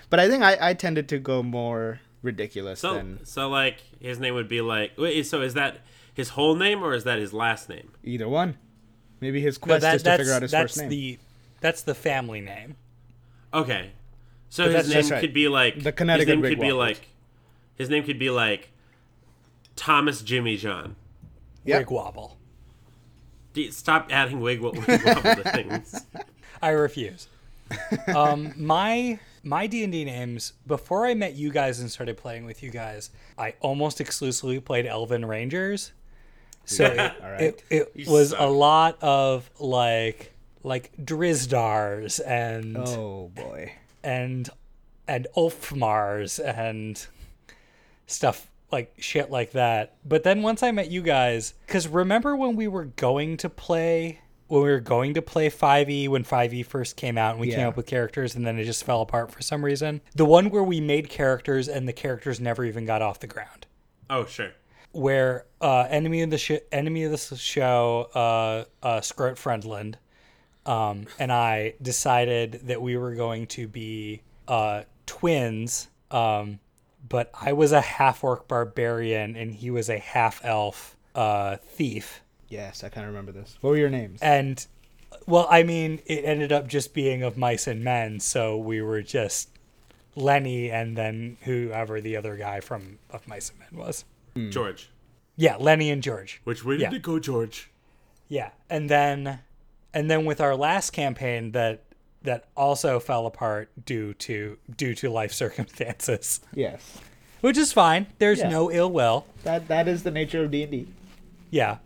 But I think I, I tended to go more ridiculous So than so like his name would be like wait, so is that his whole name or is that his last name? either one. Maybe his No, quest that, is to that's figure out his that's first name. the that's the family name. Okay. So that's- his name that's right. could be like The Connecticut His name could Big be Waffles. like his name could be like Thomas Jimmy John. Yep. Wig wobble. D- Stop adding wig wobble to things. I refuse. um, my my D and D names before I met you guys and started playing with you guys, I almost exclusively played Elven Rangers. So it, Alright. it, it You was a suck. lot of like like Drizdars and oh boy. and and Ulfmars and stuff like shit like that. But then once I met you guys, because remember when we were going to play when we were going to play 5e when 5e first came out and we came Yeah. up with characters and then it just fell apart for some reason. The one where we made characters and the characters never even got off the ground. Oh, sure. Where uh, enemy of the sh- enemy of the s- show, uh, uh, Scrot Friendland, um, and I decided that we were going to be uh, twins, um, but I was a half orc barbarian and he was a half elf uh, thief Yes, I kind of remember this. What were your names? and well i mean it ended up just being of mice and men so we were just lenny and then whoever the other guy from of mice and men was Hmm. George. yeah lenny and george Which way did Yeah. it go, George? yeah and then and then with our last campaign that that also fell apart due to due to life circumstances Yes, which is fine there's Yeah. no ill will that that is the nature of D and D. yeah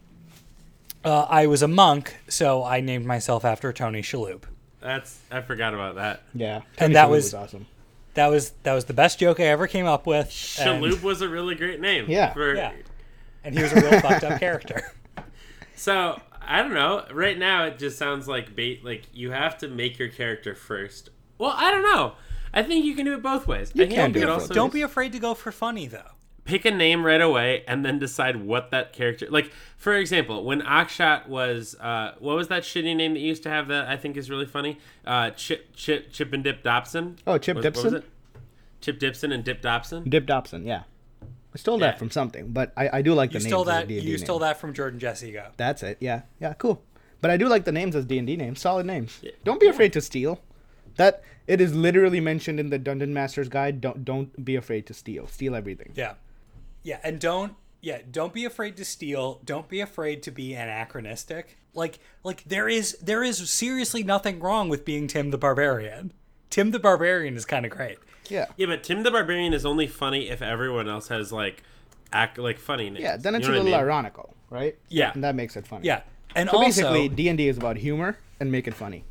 uh, i was a monk so i named myself after tony shalhoub That's I forgot about that. Yeah, And that Shalhoub was- awesome. That was that was the best joke I ever came up with. and- Shaloub was a really great name. Yeah. For, Yeah. And he was a real fucked up character. So I don't know. Right now, it just sounds like bait. Like you have to make your character first. Well, I don't know. I think you can do it both ways. You I think can you do could it both also Don't be afraid to go for funny though. pick a name right away and then decide what that character. Like for example, when Akshat was uh, what was that shitty name that you used to have that I think is really funny? Uh, Chip Chip Chip and Dip Dobson. Oh, Chip What- what was Dipson? it? Chip Dipson and Dip Dobson. Dip Dobson. Yeah, I stole Yeah. that from something, but I, I do like You the names. stole as that. D&D You stole names. that from Jordan Jessica. That's it. Yeah, yeah, cool. But I do like the names as D and D names. Solid names. Don't be afraid to steal. That it is literally mentioned in the Dungeon Master's Guide. Don't don't be afraid to steal. Steal everything. Yeah, yeah, and don't yeah, don't be afraid to steal. Don't be afraid to be anachronistic. Like like there is there is seriously nothing wrong with being Tim the Barbarian. Tim the Barbarian is kind of great. Yeah. Yeah, but Tim the Barbarian is only funny if everyone else has like act like funny names. Yeah, then You it's know a what I little mean? ironical, right? Yeah. and that makes it funny. Yeah, and So also basically, D and D is about humor and make it funny.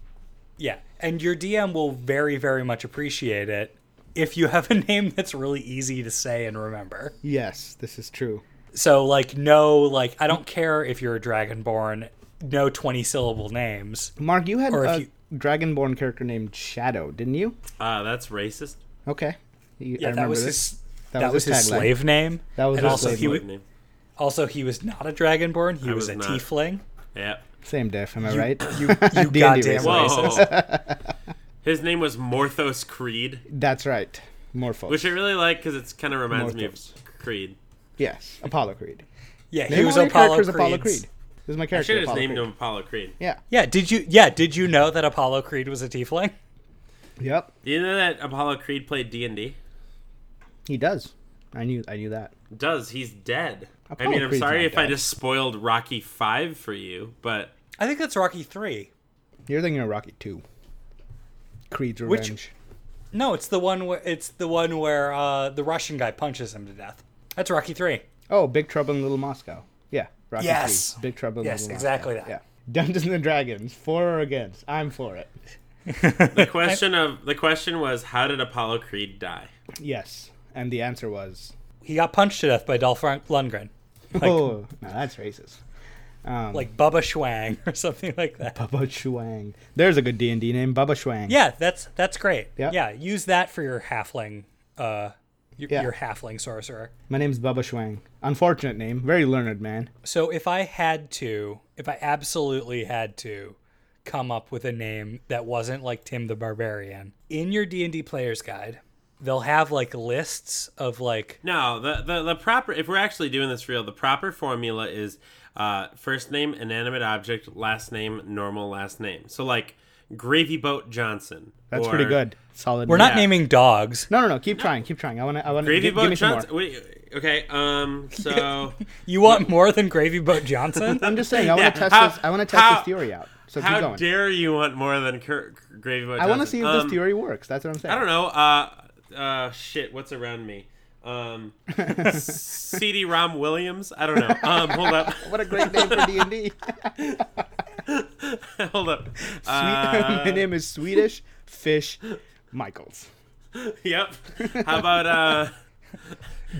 Yeah, and your DM will very, very much appreciate it if you have a name that's really easy to say and remember. Yes, this is true. So, like, no, like, I don't care if you're a Dragonborn, no 20 syllable names. Mark, you had Or if a you- Dragonborn character named Shadow, didn't you? Uh, that's racist. Okay. You- I Yeah, that remember was this. his. That That, was was, his his tagline. slave name. That was and his also slave he name. wa- also he was not a dragonborn. He was, was a not. tiefling. Yeah. Same diff, am I right? You, you D&D goddamn racist. racist. Whoa. His name was Morthos Creed, That's right. Morphos. which I really like because it's kind of reminds me Morthos. of Creed. yes, Apollo Creed. Yeah, he Name was all your Apollo characters Creed. Apollo Creed. This is my I character. should have just Apollo named Creed. him Apollo Creed. Yeah. Yeah, did you? Yeah, did you know that Apollo Creed was a tiefling? Yep. Do you know that Apollo Creed played D and D? He does. I knew. I knew that. Does he's dead? I Apollo mean, I'm Creed's sorry not if I dead. just spoiled Rocky Five for you, but I think that's Rocky Three. You're thinking of Rocky Two. Creed's Which- revenge. No, it's the one where it's the one where uh, the Russian guy punches him to death. That's Rocky Three. Oh, Big Trouble in Little Moscow. Yeah. Rocky Yes. III. Big Trouble in Yes, Little exactly Moscow. that. Yeah. Dungeons and Dragons, for or against? I'm for it. the question of the question was how did Apollo Creed die? Yes. And the answer was He got punched to death by Dolph Lundgren, like oh, now that's racist. Um, like like Bubba Schwang or something like that. Bubba Chuang. There's a good D and D name, Bubba Chuang. Yeah, that's that's great. Yeah. Yeah, use that for your halfling, uh, your, Yeah. your halfling sorcerer. My name's Bubba Chuang. Unfortunate name. Very learned man. So if I had to, if I absolutely had to come up with a name that wasn't like Tim the Barbarian, in your D&D player's guide, they'll have like lists of like No, the, the the proper if we're actually doing this real, the proper formula is uh, first name inanimate object, last name normal last name. So like Gravy Boat Johnson. That's or pretty good. Solid. we're name. not Yeah. naming dogs. No, no, no. Keep trying. Keep trying. I want to. I want to. Gravy Give, Boat give me some more. Johnson. Wait, okay. Um. So You want more than Gravy Boat Johnson? I'm just saying. I want Yeah, to test how- this. I want to test how- this theory out. So keep how going. dare you want more than Cur- Gravy Boat? I want to Johnson? see if Um, this theory works. That's what I'm saying. I don't know. Uh. Uh. Shit. What's around me? Um. CD Rom Williams. I don't know. Um. Hold up. What a great name for D and D. Hold up. Uh, My name is Swedish Fish Michaels. Yep. How about uh.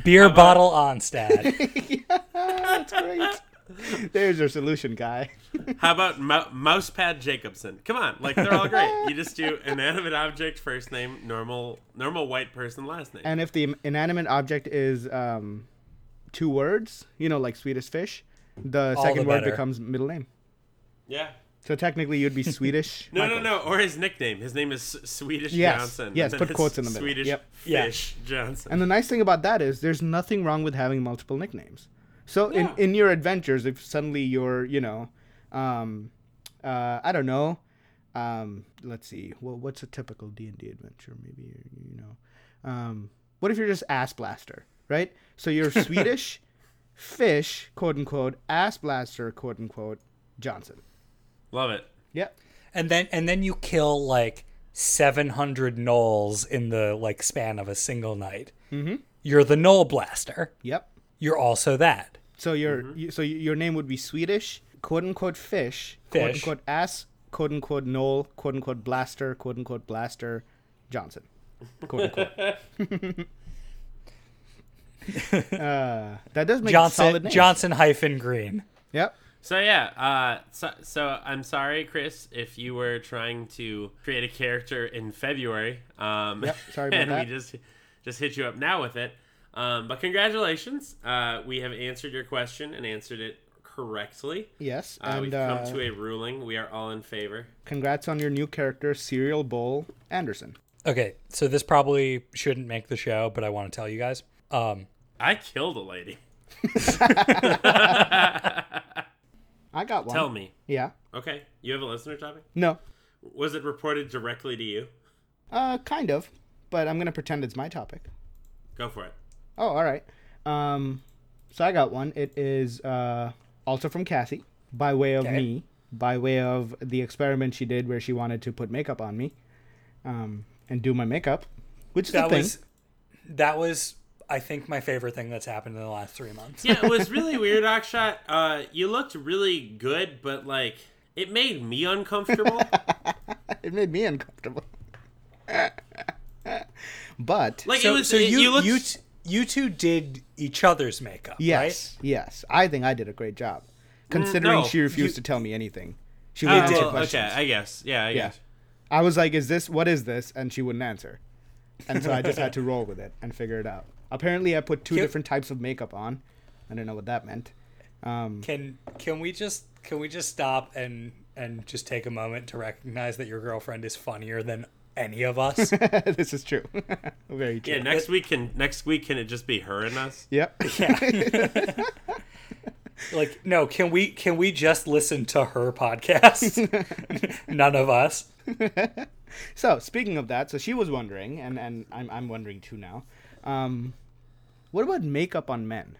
Beer bottle Onstad. That's great. There's your solution, guy. How about Mo- Mousepad Jacobson? Come on, like they're all great. You just do inanimate object first name, normal normal white person last name. And if the inanimate object is um, two words, you know, like Swedish fish, the All second the word better. becomes middle name. yeah. So technically, you'd be Swedish. No, Michael. no, no. Or his nickname. His name is S- Swedish Yes, Johnson. yes, and then put it's quotes in the middle. Swedish Yep. Yeah. Fish Johnson. And the nice thing about that is there's nothing wrong with having multiple nicknames. So Yeah. in, in your adventures, if suddenly you're, you know, um, uh, I don't know, um, let's see, well, what's a typical D and D adventure? Maybe you you know, um, what if you're just ass blaster, right? So you're Swedish, fish, quote unquote, ass blaster, quote unquote, Johnson. Love it. Yep. and then and then you kill like 700 gnolls in the like span of a single night. Mm-hmm. You're the gnoll blaster. Yep. You're also that. So your Mm-hmm. you, so your name would be Swedish, quote unquote fish, quote Fish. unquote ass, quote unquote Noel, quote unquote blaster, quote unquote blaster, Johnson, quote unquote. uh, that does make a solid Johnson name. Johnson hyphen Green. Yep. So yeah, uh, so, so I'm sorry, Chris, if you were trying to create a character in February, um, Yep, sorry about and that. we just just hit you up now with it. Um, but congratulations, uh, we have answered your question and answered it correctly. Yes. Uh, we've and come uh, to a ruling. We are all in favor. congrats on your new character, Serial Bowl Anderson. Okay, so this probably shouldn't make the show, but I want to tell you guys. Um, I killed a lady. I got one. Tell me. Yeah. Okay, you have a listener topic. No. Was it reported directly to you? Uh, kind of, but I'm gonna pretend it's my topic. Go for it. Oh, all right. Um, so I got one. It is uh, also from Cassie, by way of Okay. me, by way of the experiment she did where she wanted to put makeup on me, um, and do my makeup, which is a that thing. was that was I think my favorite thing that's happened in the last three months. yeah, it was really weird, Akshat. Uh, you looked really good, but like it made me uncomfortable. It made me uncomfortable. but Like it So, was. so it- you you you looked. t- you two did each other's makeup, yes, yes, I think I did a great job, considering no, she refused you- to tell me anything. She Oh, waited for well, okay, questions. I guess. Yeah, I Yeah. guess. I was like, is this, what is this? And she wouldn't answer. And so I just had to roll with it and figure it out. Apparently, I put two Cute. different types of makeup on. I don't know what that meant. right? Can can we just can we just stop and and just take a moment to recognize that your girlfriend is funnier than any of us? this is true. Very true. Yeah, next week can next week can it just be her and us? Yep. like, no, can we can we just listen to her podcast? None of us. So, speaking of that, so she was wondering, and, and I'm, I'm wondering too now um, what about makeup on men?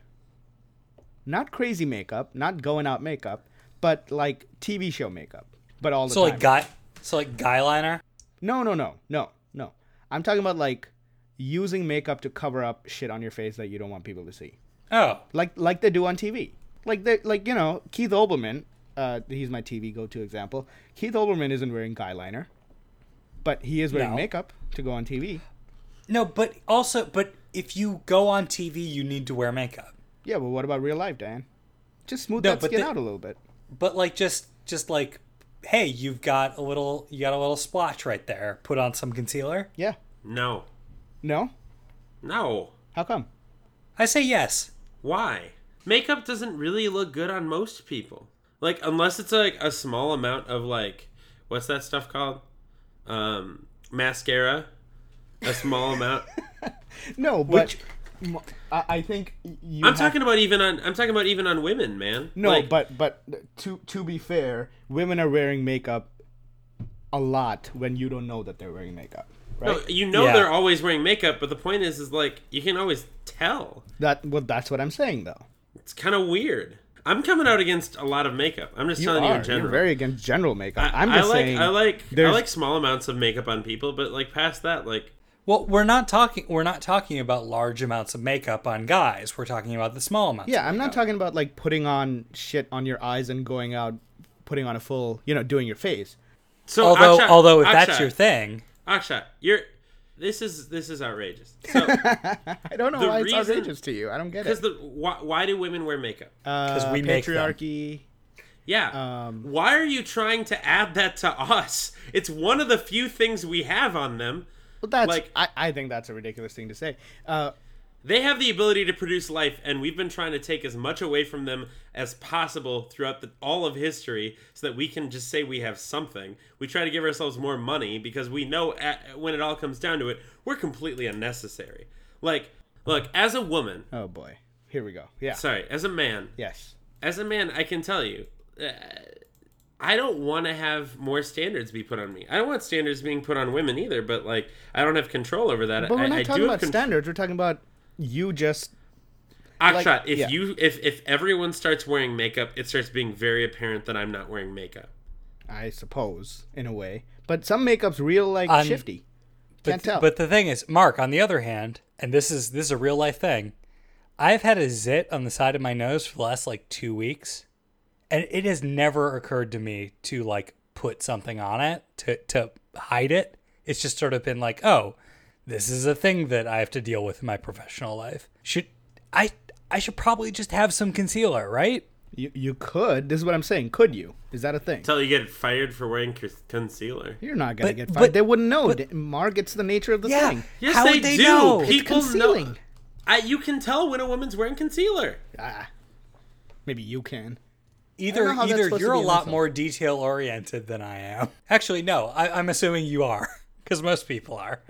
Not crazy makeup, not going out makeup, but like TV show makeup, but all the So time. like guy so like guy liner. No, no, no, no, no. I'm talking about like using makeup to cover up shit on your face that you don't want people to see, Oh, like like they do on TV. Like they like you know Keith Olbermann. Uh, he's my TV go-to example. Keith Olbermann isn't wearing guy liner, but he is wearing No. makeup to go on TV. No, but also, but if you go on TV, you need to wear makeup. Yeah, but what about real life, Dan? Just smooth No, that but skin the- out a little bit. But like, just just like, hey, you've got a little, you got a little splotch right there. Put on some concealer. Yeah. No, No. no. How come? I say yes. Why? Makeup doesn't really look good on most people. Like unless it's like a small amount of like what's that stuff called? Um, mascara. A small amount. No, but m- I, I think y- you. I'm have- talking about even on. I'm talking about even on women, man. No, Like, but but to to be fair, women are wearing makeup a lot when you don't know that they're wearing makeup, right? No, you know Yeah. they're always wearing makeup, but the point is, is like you can always tell. That well, that's what I'm saying though. It's kind of weird. I'm coming out against a lot of makeup. I'm just telling you in general. are very against general makeup. I, I, am just I like saying. I like I there's- like small amounts of makeup on people, but like past that, like Well, we're not talking. We're not talking about large amounts of makeup on guys. We're talking about the small amounts. Yeah, of I'm not makeup. talking about like putting on shit on your eyes and going out, putting on a full, you know, doing your face. so. Although, Akshat- although, if Akshat, that's your thing, Akshat, you're This is this is outrageous. So, I don't know The why it's reason- outrageous to you. I don't get because it. the why, why do women wear makeup? Because we make them. patriarchy. Yeah. Uh, Um, Why are you trying to add that to us? It's one of the few things we have on them. Well, that's Like- I, I think that's a ridiculous thing to say. Uh, They have the ability to produce life, and we've been trying to take as much away from them as possible throughout the, all of history so that we can just say we have something. We try to give ourselves more money because we know at, when it all comes down to it, we're completely unnecessary. Like, look, as a woman, oh boy, here we go. Yeah. sorry, as a man, yes. as a man, I can tell you, uh, I don't want to have more standards be put on me. I don't want standards being put on women either, but like, I don't have control over that. But we're I, not I talking do about have control. standards. We're talking about you just. Akshat, Like, if yeah. you if if everyone starts wearing makeup, it starts being very apparent that I'm not wearing makeup. I suppose in a way, but some makeup's real like On- shifty. But, Can't tell. but the thing is, Mark, on the other hand, and this is this is a real life thing, I've had a zit on the side of my nose for the last like two weeks, and it has never occurred to me to like put something on it to to hide it. It's just sort of been like, oh, this is a thing that I have to deal with in my professional life. Should I? I should probably just have some concealer, right? you you could. This is what I'm saying. Could you? Is that a thing? Until you get fired for wearing con- concealer. You're not gonna But- get fired. but- they wouldn't know. but- Mar gets the nature of the Yeah. thing. Yes, How they, would they do. know? It's People know. concealing. I, you can tell when a woman's wearing concealer. Ah, maybe you can. Either know how that's either supposed to you're a be an lot insult. more detail oriented than I am. Actually, no, I, I'm assuming you are, because most people are.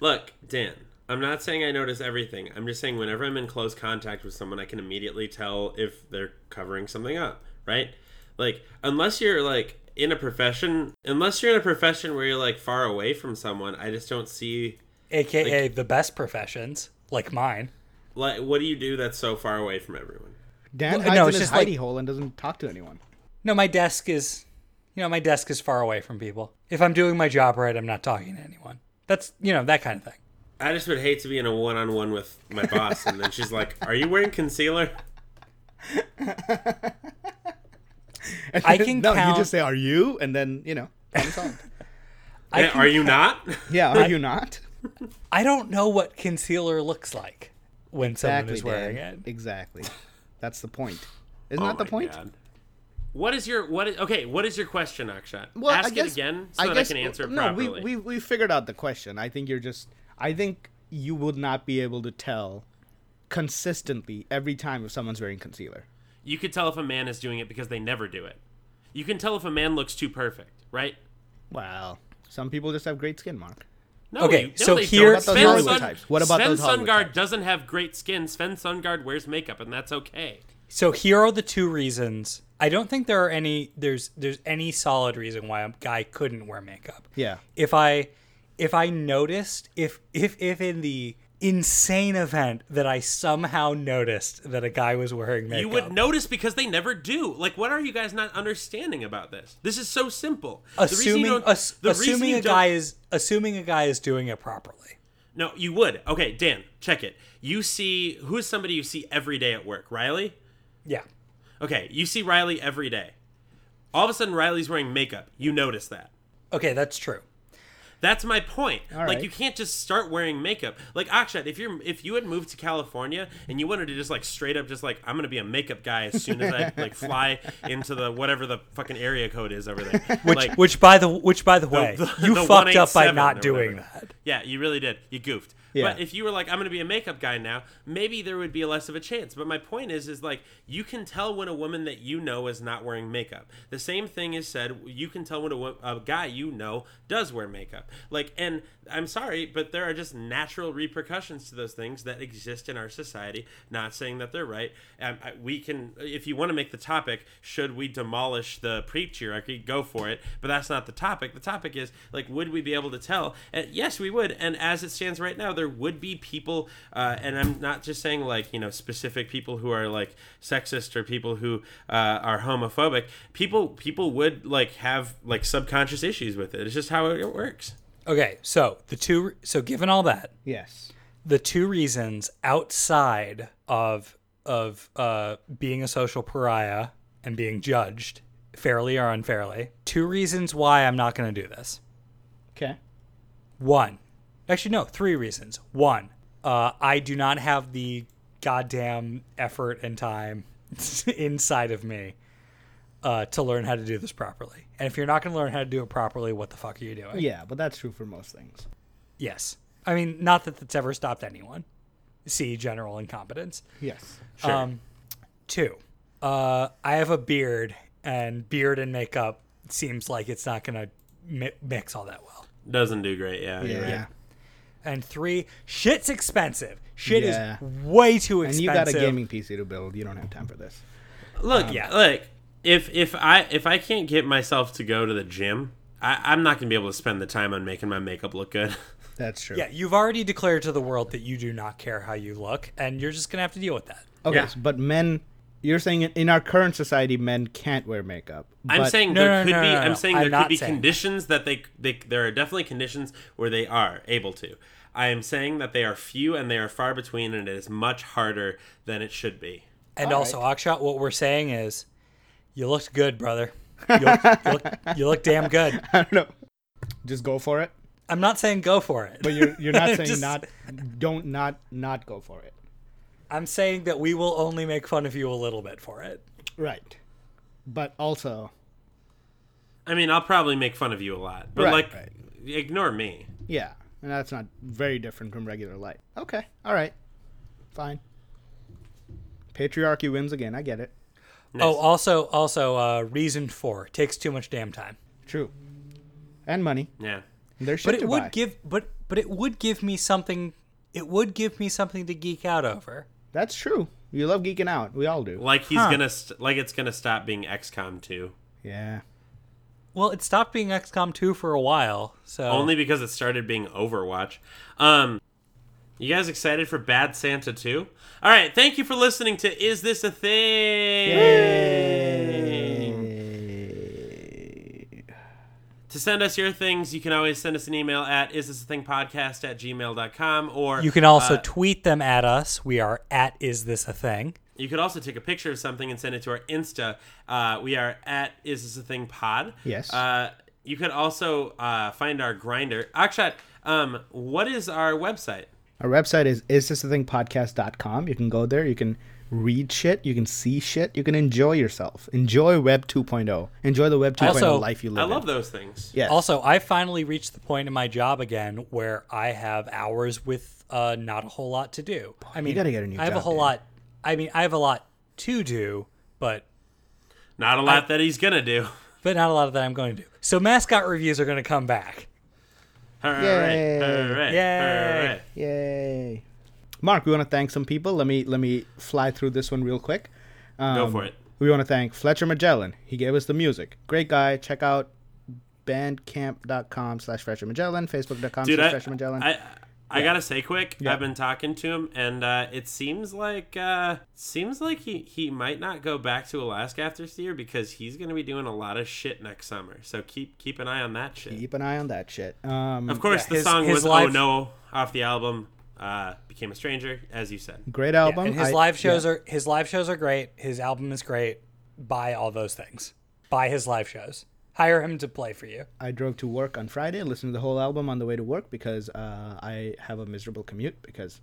Look, Dan, I'm not saying I notice everything. I'm just saying whenever I'm in close contact with someone, I can immediately tell if they're covering something up, right? Like, unless you're like in a profession, unless you're in a profession where you're like far away from someone, I just don't see aka the best professions like mine like what do you do that's so far away from everyone? Dan Well, hides no, in it's his just hidey like- hole and doesn't talk to anyone. no my desk is you know my desk is far away from people if i'm doing my job right i'm not talking to anyone that's you know that kind of thing I just would hate to be in a one on one with my boss and then she's like, Are you wearing concealer? I can no, count- you just say, "Are you?" and then you know, problem solved. I, Eh, can- Are you not? yeah, are you not? I don't know what concealer looks like when someone Exactly, is wearing Dan. it Exactly. That's the point. Isn't Oh that the my point? God. What is your what is okay, what is your question, Akshat? Ask it again so that guess- I can answer it no, properly. we we we figured out the question. I think you're just. I think you would not be able to tell consistently every time if someone's wearing concealer. You could tell if a man is doing it because they never do it. You can tell if a man looks too perfect, right? Well, some people just have great skin, Mark. No, Okay, you- no, so they here- don't. What about those Sven Hollywood Sun- types? What about Sven those Hollywood Sundgaard types? doesn't have great skin. Sven Sundgaard wears makeup, and that's okay. so here are the two reasons i don't think there are any there's there's any solid reason why a guy couldn't wear makeup Yeah. if i if i noticed if if if in the insane event that i somehow noticed that a guy was wearing makeup You would notice because they never do. Like, what are you guys not understanding about this? This is so simple. The reason you assuming don't- ass- the reason assuming you a don't- guy is assuming a guy is doing it properly. No, you would. Okay, Dan, check it. You see who is somebody you see every day at work? Riley. Yeah. Okay, you see Riley every day. All of a sudden, Riley's wearing makeup. You notice that. Okay, that's true. That's my point. Like right. you can't just start wearing makeup. Like Akshat, if you're if you had moved to California and you wanted to just like straight up just like I'm gonna be a makeup guy as soon as I like fly into the whatever the fucking area code is over there. Which, like, Which by the which by the way, the- you the fucked up by 187 not or doing whatever. that. Yeah, you really did. You goofed. Yeah. But if you were like, I'm gonna be a makeup guy now, maybe there would be less of a chance. But my point is, is like you can tell when a woman that you know is not wearing makeup. The same thing is said. You can tell when a, wo- a guy you know does wear makeup. Like, and I'm sorry, but there are just natural repercussions to those things that exist in our society. Not saying that they're right. Um, I, we can, if you want to make the topic, should we demolish the patriarchy? Go for it. But that's not the topic. The topic is like, would we be able to tell? And yes, we would. And as it stands right now, there would be people, uh, and I'm not just saying like you know specific people who are like sexist or people who uh, are homophobic. People people would like have like subconscious issues with it. It's just how it works. Okay, so the two so given all that, Yes. the two reasons outside of of uh, being a social pariah and being judged fairly or unfairly, two reasons why I'm not going to do this. Okay. One, actually, no, three reasons. One, uh, I do not have the goddamn effort and time inside of me uh, to learn how to do this properly. And if you're not going to learn how to do it properly, what the fuck are you doing? Yeah, but that's true for most things. Yes. I mean, not that that's ever stopped anyone. See general incompetence. Yes. Sure. Um, two, uh, I have a beard, and beard and makeup seems like it's not going to mi- mix all that well. Doesn't do great. Yeah. Yeah. You're right. And three, shit's expensive. Shit Yeah. is way too And expensive. you got a gaming PC to build. You don't have time for this. Um, Look, yeah. Look, if if I if I can't get myself to go to the gym, I, I'm not gonna be able to spend the time on making my makeup look good. That's true. Yeah, you've already declared to the world that you do not care how you look, and you're just gonna have to deal with that. Okay, Yeah. so- but men, you're saying in our current society, men can't wear makeup. I'm but- saying No, there no, could no, be. no, no. I'm saying I'm there could not be saying that. conditions that they they there are definitely conditions where they are able to. I am saying that they are few and they are far between, and it is much harder than it should be. And also, Akshat, what we're saying is, you looked good, brother. You look, you look, you look damn good. I don't know. Just go for it. I'm not saying go for it. But you're you're not saying Just- not don't not not go for it. I'm saying that we will only make fun of you a little bit for it. Right. But also, I mean, I'll probably make fun of you a lot, but Right, like, right. ignore me. yeah, and that's not very different from regular life. Okay. All right. Fine. Patriarchy wins again. I get it. Oh, also, also, uh, reason four takes too much damn time. True. And money. Yeah. There's shit but to it would buy. give but but it would give me something it would give me something to geek out over That's true. You love geeking out. We all do. Like he's Huh. gonna st- like it's gonna stop being XCOM 2 Yeah. well it stopped being xcom 2 for a while so only because it started being Overwatch. Um, you guys excited for Bad Santa 2? All right, thank you for listening to Is This a Thing? To send us your things, you can always send us an email at is this a thing podcast at gmail.com or you can also uh, tweet them at us we are at is this a thing you could also take a picture of something and send it to our Insta. Uh, we are at Is This a Thing Pod. Yes. Uh, you could also uh, find our grinder. Akshat, um, what is our website? Our website is isthisathingpodcast.com. You can go there. You can read shit. You can see shit. You can enjoy yourself. Enjoy Web 2.0. Enjoy the Web 2.0 Also, life you I live. love in. those things. Yes. also i finally reached the point in my job again where i have hours with uh, not a whole lot to do i mean gotta get a new i have a job, whole dude. lot i mean i have a lot to do but Not a lot that he's gonna do. but not a lot of that i'm going to do so mascot reviews are going to come back Hooray! Yay. Hooray! Yay. Hooray! Yay. Mark, we want to thank some people. Let me let me fly through this one real quick. Um, Go for it. We want to thank Fletcher Magellan. He gave us the music. Great guy. Check out bandcamp.com slash Fletcher Magellan, facebook.com Dude, slash I, Fletcher Magellan. I, I gotta say quick, Yeah. I've been talking to him, and uh, it seems like uh, seems like he, he might not go back to Alaska after this year because he's gonna be doing a lot of shit next summer. So keep keep an eye on that shit. Keep an eye on that shit. Um, Of course, Yeah, the his- song his was live- "Oh No" off the album. Uh, became a stranger, as you said. great Yeah, album. and his I- live shows yeah. are his live shows are great. His album is great. Buy all those things. Buy his live shows. Hire him to play for you. I drove to work on Friday, listened to the whole album on the way to work because uh, I have a miserable commute because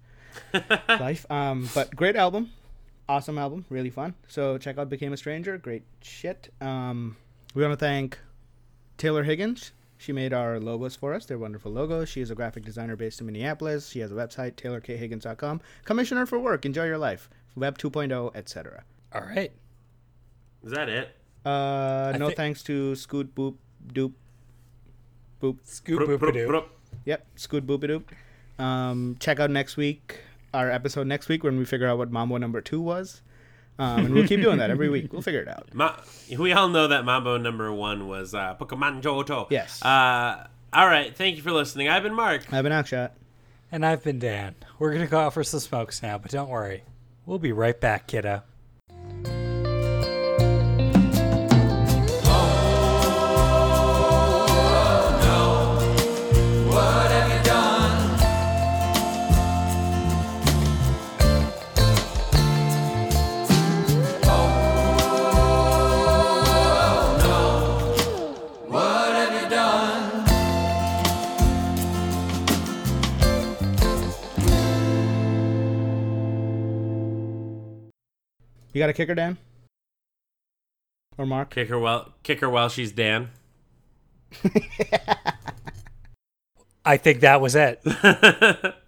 life. Um, but great album, awesome album, really fun. So check out "Became a Stranger," great shit. Um, we want to thank Taylor Higgins. She made our logos for us. They're wonderful logos. She is a graphic designer based in Minneapolis. She has a website, taylorkhiggins.com. Commissioner for work. Enjoy your life. Web oh, 2.0, etc. All right. Is that it? Uh, no thi- thanks to Scoot Boop Doop Boop. Scoop Broop, boop broop, doo. broop. Yep, Scoot Boop Doop. Um, check out next week, our episode next week when we figure out what Mambo number two was. Um, and we'll keep doing that every week. We'll figure it out. Ma- we all know that Mambo number one was uh, Pokemon Johto. Yes. Uh, all right. Thank you for listening. I've been Mark. I've been Akshat. And I've been Dan. We're gonna go out for some smokes now, but don't worry. We'll be right back, kiddo. What have you done? You got a kicker, Dan? Or Mark? Kick her while kick her while she's Dan. I think that was it. that